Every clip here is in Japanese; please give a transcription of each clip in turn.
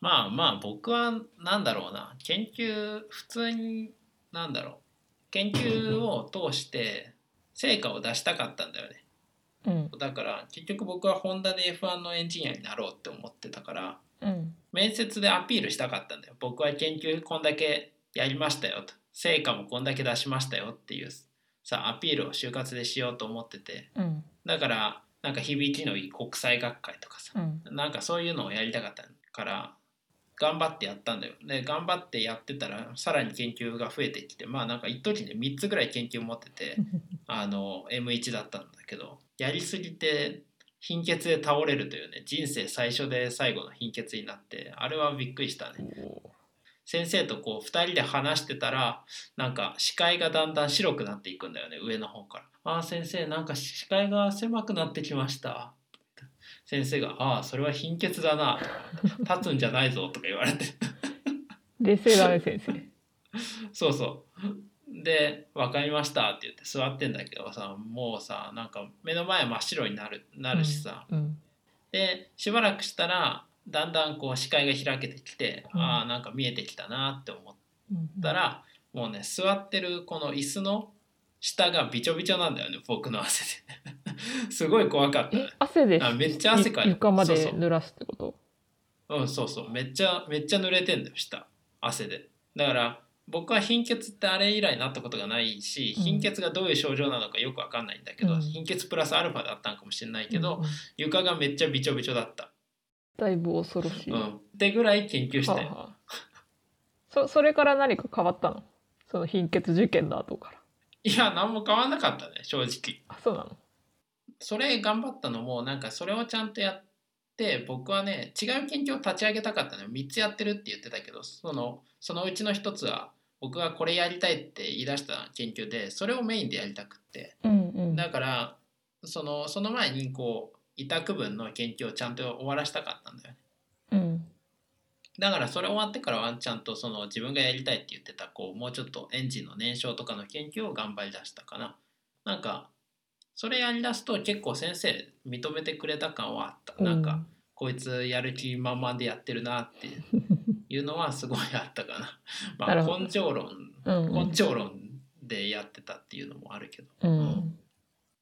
まあまあ僕はなんだろうな研究普通になんだろう研究を通して成果を出したかったんだよねうんだから結局僕はホンダで F1 のエンジニアになろうって思ってたからうん面接でアピールしたかったんだよ僕は研究こんだけやりましたよと成果もこんだけ出しましたよっていうさアピールを就活でしようと思っててうんだからなんか響きのいい国際学会とかさうんなんかそういうのをやりたかったから頑張ってやったんだよ。で頑張ってやってたらさらに研究が増えてきてまあなんか一時で3つぐらい研究持っててあの M1 だったんだけどやりすぎて貧血で倒れるというね人生最初で最後の貧血になってあれはびっくりしたね。先生とこう2人で話してたらなんか視界がだんだん白くなっていくんだよね上の方から「ああ先生なんか視界が狭くなってきました」先生が「ああそれは貧血だな」とか「立つんじゃないぞ」とか言われて劣勢だね先生そうそうで「分かりました」って言って座ってんだけどさもうさなんか目の前真っ白になるなるしさ、うんでしばらくしたらだんだんこう視界が開けてきて、うんああなんか見えてきたなって思って。うんったらもうね座ってるこの椅子の下がびちょびちょなんだよね僕の汗で すごい怖かったえね汗であめっちゃ汗かいゆて床まそうでそう濡らすってことうんそうそうめっちゃめっちゃ濡れてんだよ下汗でだから僕は貧血ってあれ以来なったことがないしうん貧血がどういう症状なのかよくわかんないんだけど、うん貧血プラスアルファだったんかもしれないけど、うんうん床がめっちゃびちょびちょだった、だいぶ恐ろしい、うん、ってぐらい研究したよ、はあはあそそれから何か変わったのその貧血事件の後からいや何も変わんなかったね正直あそうなのそれ頑張ったのもなんかそれをちゃんとやって僕はね違う研究を立ち上げたかったのよ3つやってるって言ってたけどそのそのうちの1つは僕がこれやりたいって言い出した研究でそれをメインでやりたくってうんうんだからそのその前にこう委託分の研究をちゃんと終わらしたかったんだよねうんだからそれ終わってからはちゃんとその自分がやりたいって言ってたこうもうちょっとエンジンの燃焼とかの研究を頑張りだしたかななんかそれやりだすと結構先生認めてくれた感はあったなんか、こいつやる気満々でやってるなっていうのはすごいあったか なまなるあほど根性論うんうん根性論でやってたっていうのもあるけどうん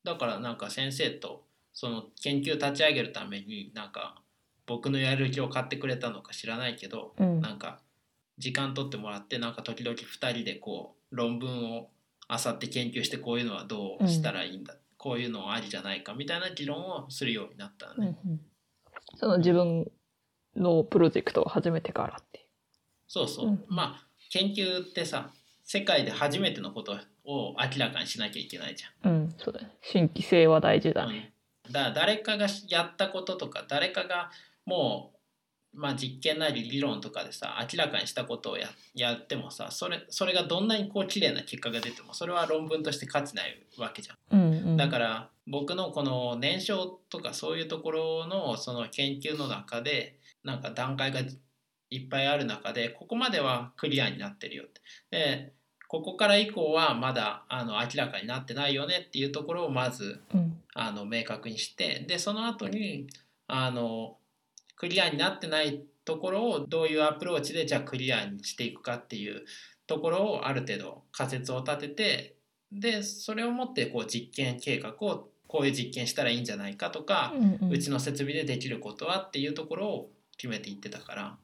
だからなんか先生とその研究立ち上げるためになんか僕のやる気を買ってくれたのか知らないけどうんなんか時間取ってもらってなんか時々2人でこう論文をあさって研究してこういうのはどうしたらいいんだ、こういうのありじゃないかみたいな議論をするようになったのうんうね、んその自分のプロジェクトを始めてからっていそうそう、うんまあ研究ってさ世界で初めてのことを明らかにしなきゃいけないじううんそうだね新規性は大事ゃだん、ねうんだから誰かがやったこととか誰かがもう、まあ、実験なり理論とかでさ明らかにしたことをややってもさそれそれがどんなにこう綺麗な結果が出てもそれは論文として価値ないわけじゃんうんうんだから僕のこの燃焼とかそういうところのその研究の中でなんか段階がいっぱいある中でここまではクリアになってるよってでここから以降はまだあの明らかになってないよねっていうところをまずうんあの明確にしてでその後にあのクリアになってないところをどういうアプローチでじゃあクリアにしていくかっていうところをある程度仮説を立ててでそれをもってこう実験計画をこういう実験したらいいんじゃないかとか、うんううんちの設備でできることはっていうところを決めていってたから、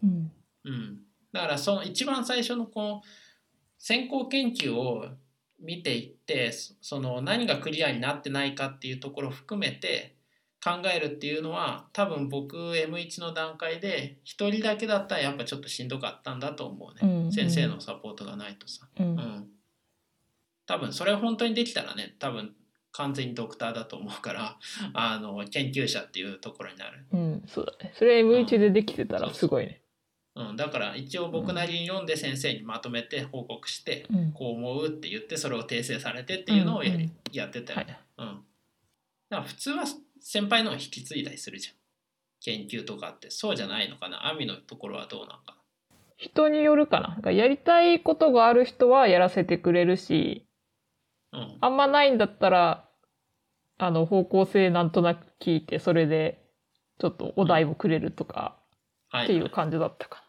うんうん、だからその一番最初のこう先行研究を見ていってそその何がクリアになってないかっていうところを含めて考えるっていうのは多分僕 M1 の段階で一人だけだったらやっぱちょっとしんどかったんだと思ううね、んうん先生のサポートがないとさ、ううんん、多分それ本当にできたらね多分完全にドクターだと思うからあの研究者っていうところになるうんそうだねそれ M1 でできてたうらんすごいねうん、だから一応僕なりに読んで先生にまとめて報告してうんこう思うって言ってそれを訂正されてっていうのをやり、うんうんやってたはよね。いうん、だから普通は先輩のを引き継いだりするじゃん研究とかってそうじゃないのかな網のところはどうなんか人によるかななんかやりたいことがある人はやらせてくれるしな。うんあんまないんだったらあの方向性なんとなく聞いてそれでちょっとお題をくれるとか、はっていう感じだったかな。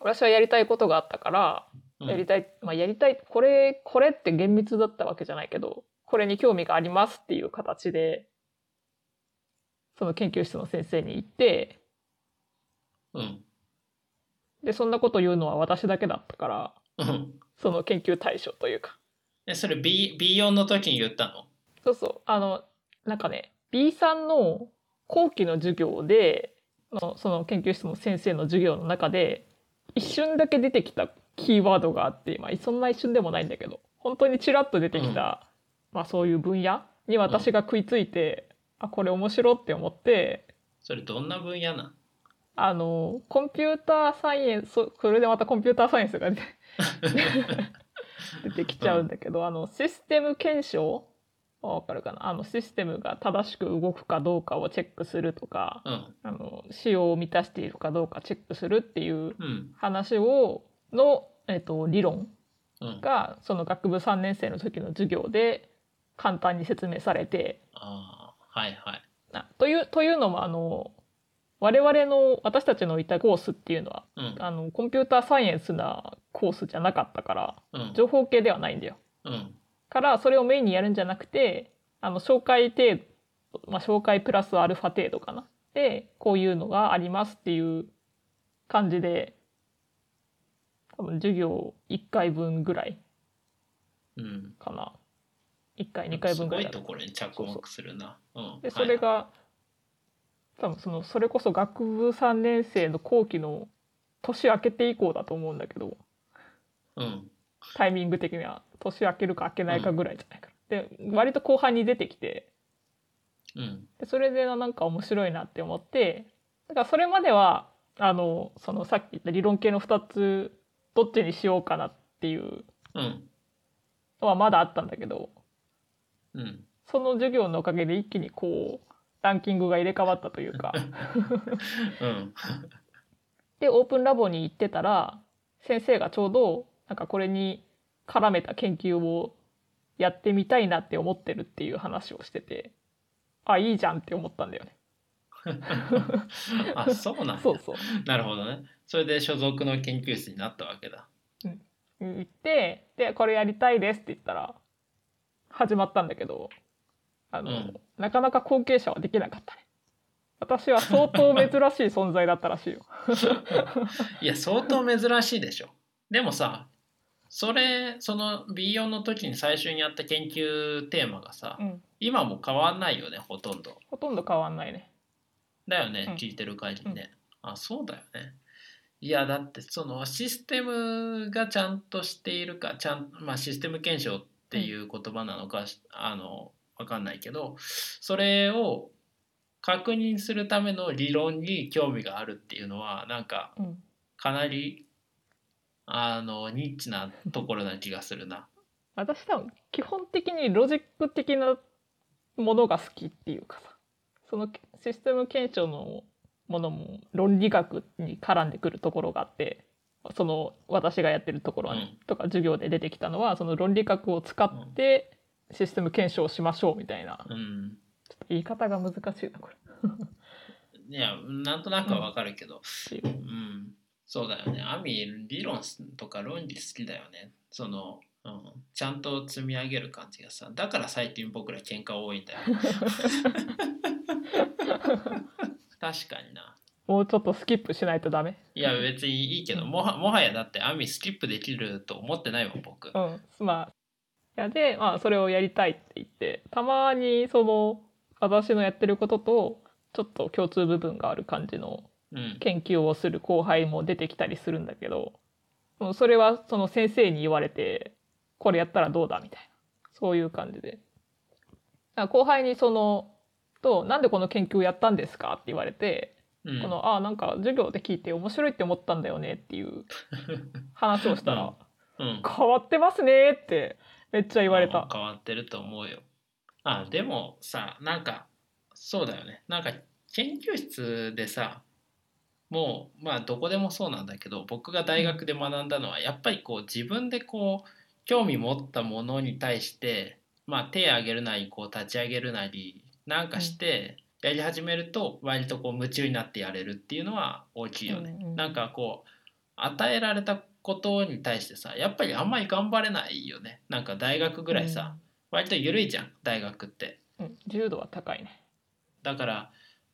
私はやりたいことがあったから、うんやりたい、まあ、やりたい、これ、これって厳密だったわけじゃないけど、これに興味がありますっていう形で、その研究室の先生に行って、うんで、そんなこと言うのは私だけだったから、うんその研究対象というか。えそれ B B4 の時に言ったのそうそう、あの、なんかね、B さんの後期の授業で、のその研究室の先生の授業の中で、一瞬だけ出てきたキーワードがあって、まあ、そんな一瞬でもないんだけど、本当にちらっと出てきた、まあそういう分野に私が食いついて、あ、これ面白って思って、それどんな分野なあの、コンピューターサイエンス、そそれでまたコンピューターサイエンス が出て出てきちゃうんだけど、あの、システム検証わかるかなあの、システムが正しく動くかどうかをチェックするとか、のあの、仕様を満たしているかどうかチェックするっていううんうん話を、の、えっと、理論うんが、その学部3年生の時の授業で簡単に説明されて、ああはいはいなという、というのも、あの、我々の、私たちのいたコースっていうのは、うんあの、コンピューターサイエンスなコースじゃなかったから、うん情報系ではないんだよ。うんから、それをメインにやるんじゃなくて、あの、紹介程度、まあ、紹介プラスアルファ程度かな。で、こういうのがありますっていう感じで、多分授業1回分ぐらいうんかな。1回、2回分ぐらいすごだいところに着目するなうんでそれが、多分そのそれこそ学部3年生の後期の年明けて以降だと思うんだけどはいはいうんタイミング的には年明けるか明けないかぐらいじゃないかな、で割と後半に出てきてうんでそれでなんか面白いなって思ってだからそれまではあのそのさっき言った理論系の2つどっちにしようかなっていううんのはまだあったんだけどうんその授業のおかげで一気にこうランキングが入れ替わったというか。うんでオープンラボに行ってたら先生がちょうどなんかこれに絡めた研究をやってみたいなって思ってるっていう話をしててあいいじゃんって思ったんだよね。 あそうなんだそうそうなるほどねそれで所属の研究室になったわけ だ行ってでこれやりたいですって言ったら始まったんだけどあの、うんなかなか後継者はできなかったね。私は相当珍しい存在だったらしいよ。いや相当珍しいでしょでもさそれその B4 の時に最初にやった研究テーマがさうん、今も変わんないよねほとんどほとんど変わんないね。だよね、うん聞いてる限りね、あそうだよねいやだってそのシステムがちゃんとしているかちゃん、まあ、システム検証っていう言葉なのか、あのわかんないけどそれを確認するための理論に興味があるっていうのはなんかうん、かなりあのニッチなところな気がするな。私多分基本的にロジック的なものが好きっていうかさそのシステム検証のものも論理学に絡んでくるところがあってその私がやってるところはね、とか授業で出てきたのはその論理学を使ってシステム検証をしましょうみたいな、うんちょっと言い方が難しいなこれいやなんとなくはわかるけど、うんうんそうだよねアミ理論とか論理好きだよねその、うん、ちゃんと積み上げる感じがさだから最近僕ら喧嘩多いんだよ確かになもうちょっとスキップしないとダメいや別にいいけどもはもはやだってアミスキップできると思ってないもん僕うん、まあ、いやで、まあ、それをやりたいって言って、たまにその、私のやってることと、ちょっと共通部分がある感じのうん研究をする後輩も出てきたりするんだけど、もうそれはその先生に言われて、これやったらどうだみたいな、そういう感じで。だから後輩にその、と、なんでこの研究をやったんですかって言われて、うんこの、ああ、なんか授業で聞いて面白いって思ったんだよねっていう話をしたら、うん変わってますねってめっちゃ言われうんた。変わってると思うよあでもさなんかそうだよねなんか研究室でさもうまあどこでもそうなんだけど僕が大学で学んだのはやっぱりこう自分でこう興味持ったものに対してまあ手挙げるなりこう立ち上げるなりなんかして、やり始めると割とこう夢中になってやれるっていうのは大きいよね。うんうんなんかこう与えられたことに対してさやっぱりあんまり頑張れないよね。なんか大学ぐらいさ、割と緩いじゃん大学って。うん、うん、重度は高いねだから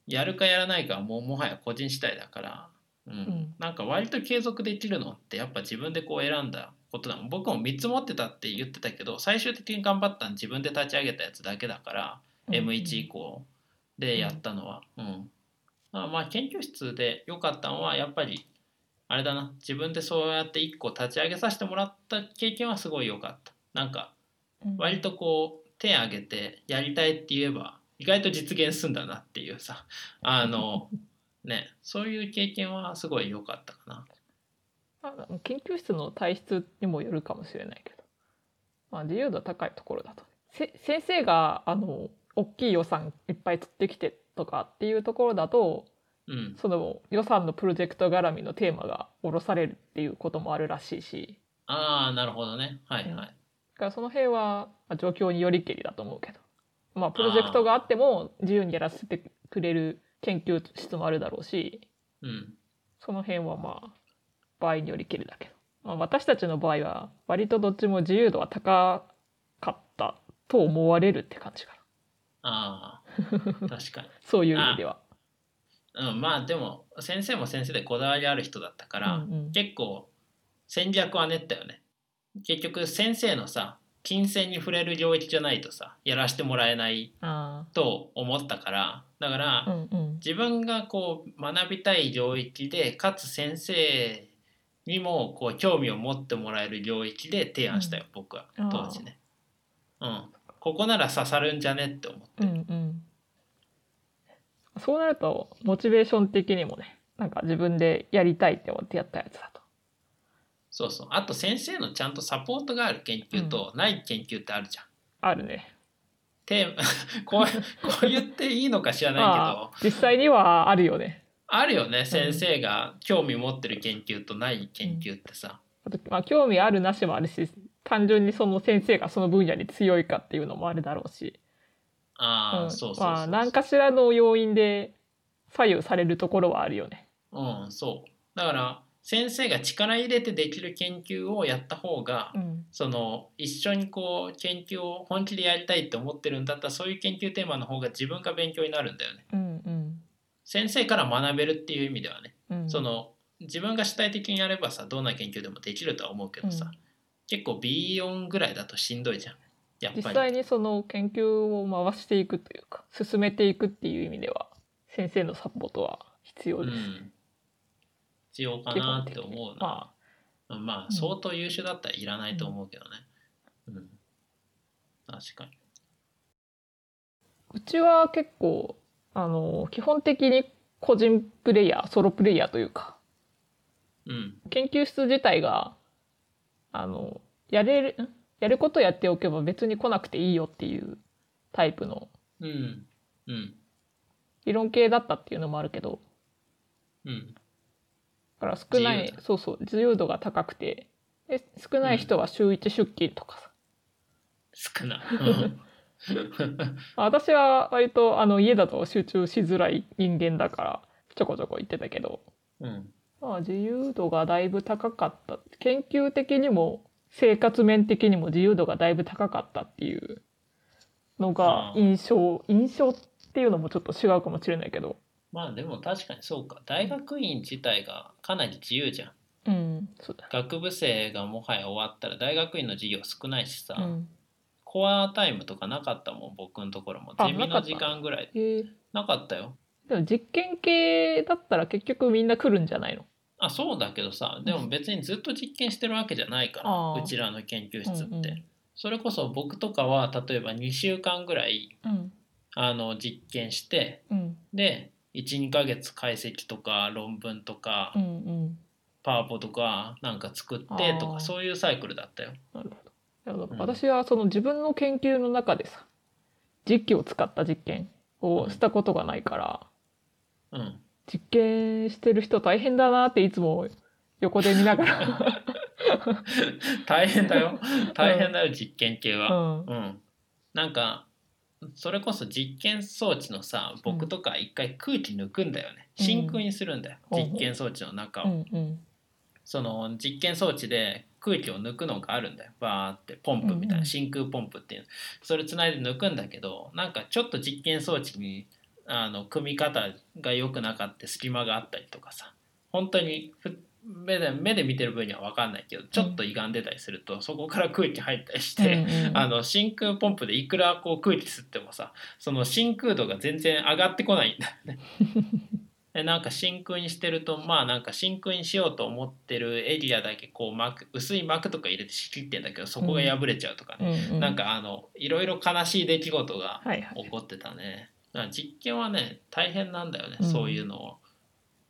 やるかやらないかはもうもはや個人次第だから、うんんなんか割と継続できるのってやっぱ自分でこう選んだことだもん僕も3つ持ってたって言ってたけど最終的に頑張ったの自分で立ち上げたやつだけだから、M1 以降でやったのは、うんまあまあ研究室で良かったのはやっぱりあれだな自分でそうやって1個立ち上げさせてもらった経験はすごい良かったなんかうん割とこう手挙げてやりたいって言えば意外と実現すんだなっていうさあのねそういう経験はすごい良かったかなまあ研究室の体質にもよるかもしれないけど、まあ、自由度は高いところだとせ先生があの大きい予算いっぱい取ってきてとかっていうところだとうんその予算のプロジェクト絡みのテーマが下ろされるっていうこともあるらしいしああなるほどねはいはい、だからその辺はまあ状況によりけりだと思うけど、まあ、プロジェクトがあっても自由にやらせてくれる研究室もあるだろうしうん、その辺はまあ場合によりけりだけど、まあ、私たちの場合は割とどっちも自由度は高かったと思われるって感じかなああ確かにそういう意味では。うん、まあでも先生も先生でこだわりある人だったから、うんうん結構戦略は練ったよね結局先生のさ金銭に触れる領域じゃないとさやらせてもらえないあと思ったからだから、ーうんうん自分がこう学びたい領域でかつ先生にもこう興味を持ってもらえる領域で提案したよ、僕はあー当時ね。うん、ここなら刺さるんじゃねって思って。うんうんそうなるとモチベーション的にもねなんか自分でやりたいって思ってやったやつだと。そうそうあと先生のちゃんとサポートがある研究とない研究ってあるじゃん。あるね。テーマ こうこう言っていいのか知らないけまあど実際にはあるよね。あるよね先生が興味持ってる研究とない研究ってさ。あとまあ興味あるなしもあるし単純にその先生がその分野に強いかっていうのもあるだろうし。あうあんそうそうそうまあ何かしらの要因で左右されるところはあるよね。うん、そう。だから先生が力入れてできる研究をやった方が、ん、その一緒にこう研究を本気でやりたいって思ってるんだったらそういう研究テーマの方が自分が勉強になるんだよね。うん、先生から学べるっていう意味ではね、うん、その自分が主体的にやればさどんな研究でもできるとは思うけどさ、うん結構 B4 ぐらいだとしんどいじゃんやっ実ぱり。際にその研究を回していくというか進めていくっていう意味では先生のサポートはう必要です。ん、必要かなって思基本う的にな。ままうあん相当優秀だったらいらないと思うけどね。うん、確かに。あうちは結構あの基本的に個人プレイヤーソロプレイヤーというかうん研究室自体があのやれるんやることやっておけば別に来なくていいよっていうタイプのうんうん理論系だったっていうのもあるけどうんだから少な自い由そうそう自由度が高くてで少ない人は週1出勤とかさ、少ない。まあ私は割とあの家だと集中しづらい人間だからちょこちょこ行ってたけど、うんまあ、自由度がだいぶ高かった研究的にも生活面的にも自由度がだいぶ高かったっていうのがあー印象印象っていうのもちょっと違うかもしれないけど、まあでも確かにそうか大学院自体がかなり自由じゃんうんそうだ学部生がもはや終わったら大学院の授業少ないしさ、うんコアタイムとかなかったもん僕のところもあゼミなかのった時間ぐらいえーなかったよでも実験系だったら結局みんな来るんじゃないのあそうだけどさでも別にずっと実験してるわけじゃないからあーうちらの研究室って、うんうんそれこそ僕とかは例えば2週間ぐらいうんあの実験してうんで12ヶ月解析とか論文とか、うんうんパワポとかなんか作ってとあーかそういうサイクルだったよ。なるほど。うん私はその自分の研究の中でさ実機を使った実験をしたことがないから、うん、実験してる人大変だなっていつも横で見な がら、 大変だよ大変だよ実験系うは。んうん、なんかそれこそ実験装置のさ僕とか一回空気抜くんだよねうん真空にするんだよ、うん実験装置の中を、うんうんその実験装置で空気を抜くのがあるんだよバーってポンプみたいうんうなん真空ポンプっていうそれつないで抜くんだけどなんかちょっと実験装置にあの組み方が良くなかった隙間があったりとかさ本当にふ目で目で見てる分には分かんないけどちょっと歪んでたりするとそこから空気入ったりして、うんうんあの真空ポンプでいくらこう空気吸ってもさその真空度が全然上がってこないんだよ ね。でなんか真空にしてるとまあなんか真空にしようと思ってるエリアだけこう膜薄い膜とか入れて仕切ってんだけどそこが破れちゃうとかね、うんうなんかあのいろいろ悲しい出来事がはいはい起こってたね。だから実験はね大変なんだよね、うんそういうのを。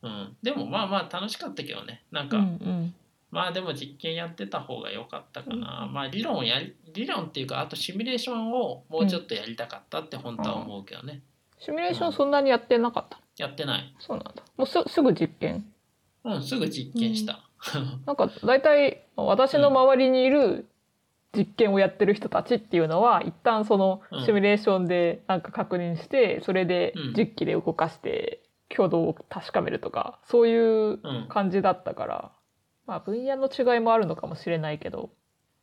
うん、でもまあまあ楽しかったけどねなんうか、んうんまあでも実験やってた方が良かったかな、うんまあ理論をやり理論っていうかあとシミュレーションをもうちょっとやりたかったって本当は思うけどね、シミュレーションそんなにやってなかったやってないそうなんだもうすすぐ実験うんすぐ実験した、なんか大体私の周りにいる実験をやってる人たちっていうのは一旦そのうんシミュレーションでなんか確認してそれでうん実機で動かして挙動を確かめるとかそういううん感じだったからまあ分野の違いもあるのかもしれないけど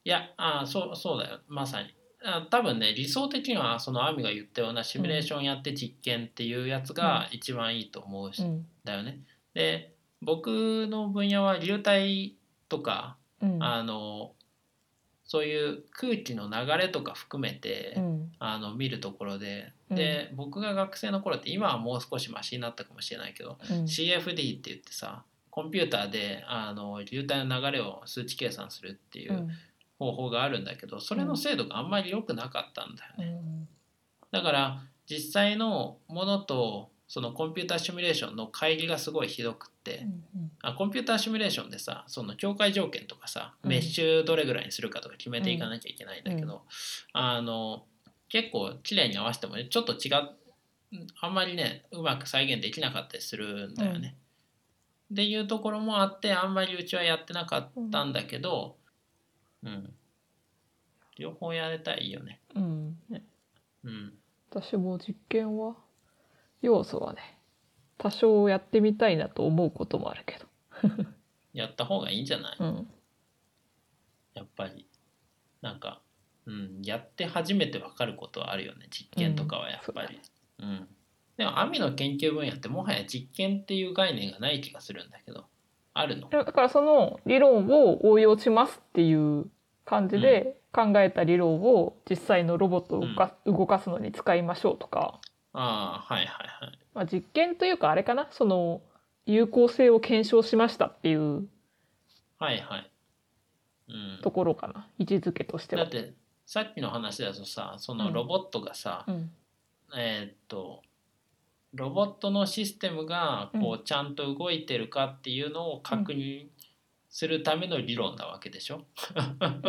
いやああそうそうだよまさにあ多分ね理想的にはその亜美が言ったようなシミュレーションやって実験っていうやつが一番いいと思うし、うんだよねで僕の分野は流体とかうんあのそういう空気の流れとか含めて、うんあの見るところでうんで、僕が学生の頃って今はもう少しマシになったかもしれないけど、うん CFD って言ってさコンピューターであの流体の流れを数値計算するっていううん方法があるんだけどそれの精度があんまり良くなかったんだよね。だから実際のものとそのコンピューターシミュレーションの乖離がすごいひどくって、うんあコンピューターシミュレーションでさその境界条件とかさうんメッシュどれぐらいにするかとか決めていかなきゃいけないんだけど、あの結構綺麗に合わせてもねちょっと違うんあんまりねうまく再現できなかったりするんだよね。っていうところもあってあんまりうちはやってなかったんだけど、うん両方やれたらいいよね。うんねうん、私も実験は要素はね多少やってみたいなと思うこともあるけどやった方がいいんじゃない、うんやっぱりなんか、うん、やって初めて分かることはあるよね実験とかはやっぱり。うんでも網の研究分野ってもはや実験っていう概念がない気がするんだけどあるのだからその理論を応用しますっていう感じで考えた理論を実際のロボットを動か,、動かすのに使いましょうとか、ああはいはいはい。まあ、実験というかあれかなその有効性を検証しましたっていうはいはい。うん、ところかな位置づけとしてだはっ。てさっきの話だとさそうのんロボットがさ、うんえーっとロボットのシステムがこううちゃんと動いてるかっていうのを確認するための理論なわけでしょ、う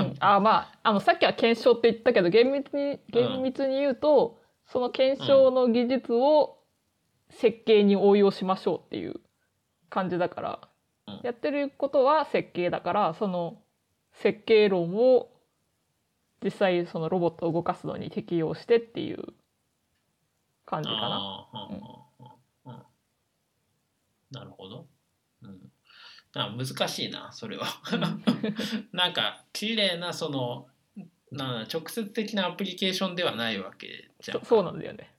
んあまああのさっきは検証って言ったけど厳密に厳密に言うと、その検証の技術を設計に応用しましょうっていう感じだから、うんやってることは設計だからその設計論を実際そのロボットを動かすのに適用してっていう感じかな。ああうんうんうんうんなるほど。うん、なんか難しいなそれは。 なんか綺麗なそのな直接的なアプリケーションではないわけじゃんそ。そうなんだよね。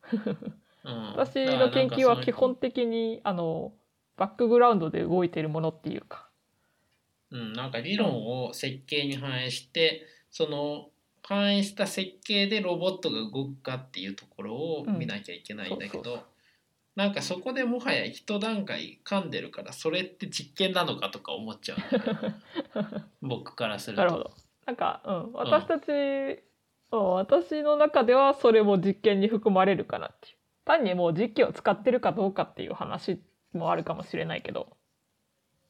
うん私の研究は基、だからなん本か的にあのバックグラウンドで動いてるものっていうか。そのうん、なんか理論を設計に反映してその反映した設計でロボットが動くかっていうところを見なきゃいけないんだけうんそうそうどそう。なんかそこでもはや一段階噛んでるからそれって実験なのかとか思っちゃうんだよね 僕からするとなるほど。なんか、うん、私たち、うん私の中ではそれも実験に含まれるかなっていう。単にもう実機を使ってるかどうかっていう話もあるかもしれないけど。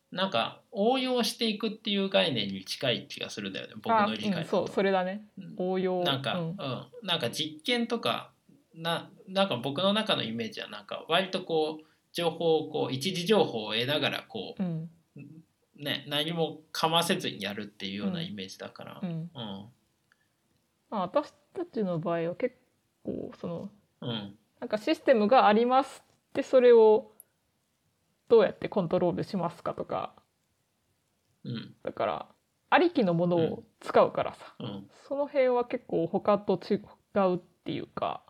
なんか応用していくっていう概念に近い気がするんだよね僕あの理解うだん、そう、と、それだね。応用。なんか、ううんん、なんか実験とかななんか僕の中のイメージはなんか割とこう情報をこう一時情報を得ながらこうん、う、ね、何もかませずにやるっていうようなイメージだからう、ん。うんまあ、私たちの場合は結構そのうんなんかシステムがありますってそれをどうやってコントロールしますかとかうんだからありきのものを使うからさ、うんその辺は結構他と違うっていうか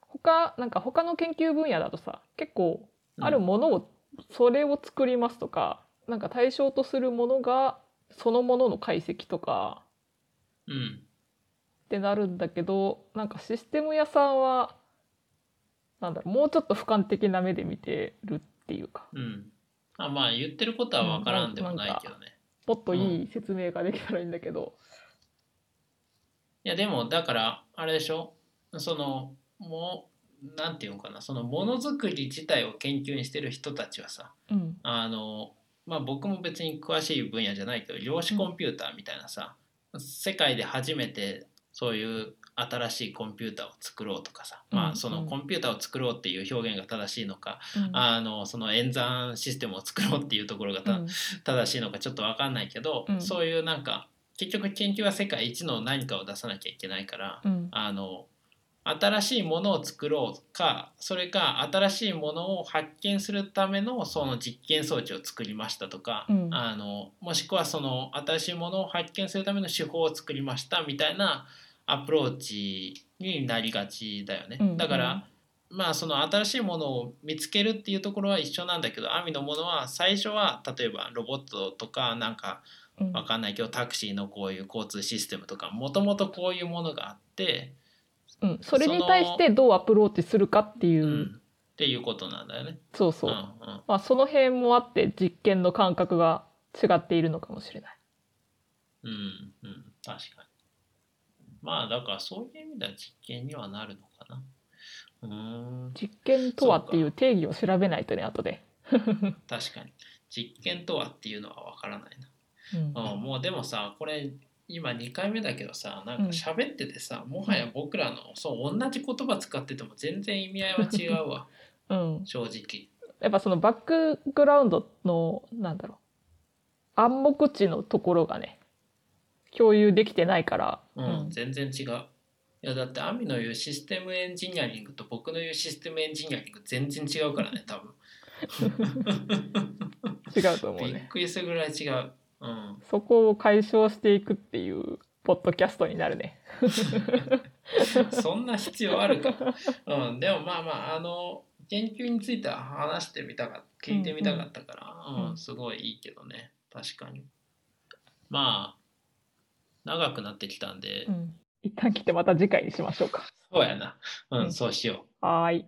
他なんか他の研究分野だとさ結構あるものをそれを作りますとか、なんか対象とするものがそのものの解析とかうんってなるんだけどなんかシステム屋さんはなんだろうもうちょっと俯瞰的な目で見てるっていうかうんあまあ言ってることは分からんでもないけどねもっといい説明ができたらいいんだけど、いやでもだからあれでしょそのもうなんていうのかなそのものづくり自体を研究にしてる人たちはさうんあのまあ僕も別に詳しい分野じゃないけど量子コンピューターみたいなさ、世界で初めてそういう新しいコンピューターを作ろうとかさ、まうあんそうんのコンピューターを作ろうっていう表現が正しいのか、うんあのその演算システムを作ろうっていうところがた、うん正しいのかちょっと分かんないけど、うんそういうなんか結局研究は世界一の何かを出さなきゃいけないから、うんあの新しいものを作ろうかそれか新しいものを発見するためのその実験装置を作りましたとか、うんあのもしくはその新しいものを発見するための手法を作りましたみたいなアプローチになりがちだよね。うんだから、まあその新しいものを見つけるっていうところは一緒なんだけどアミのものは最初は例えばロボットとかなんかうんわかんないけどタクシーのこういう交通システムとかもともとこういうものがあって、うんそれに対してどうアプローチするかっていう、うん、っていうことなんだよね。そうそう、んうんまあその辺もあって実験の感覚が違っているのかもしれない。うんうん、確かに。まあだからそういう意味では実験にはなるのかな。うーん実験とはそうっかていう定義を調べないとね後で。確かに実験とはっていうのはわからないな。ううんん、もうでもさこれ今2回目だけどさなんか喋っててさ、もはや僕らのそう同じ言葉使ってても全然意味合いは違う わうん正直。やっぱそのバックグラウンドのなんだろう暗黙知のところがね共有できてないから。うん、全然違う。いやだってアミの言うシステムエンジニアリングと僕の言うシステムエンジニアリング全然違うからね多分。違うと思うびっね。くりするぐらい違う。うん、そこを解消していくっていうポッドキャストになるね。そんな必要あるか。うん、でもまあまああの研究については話してみたか聞いてみたかったから、うんうんうんすごいいいけどね確かに。まあ長くなってきたんで、うん、一旦来てまた次回にしましょうか。そうやな、ううんん、そうしよう。はーい。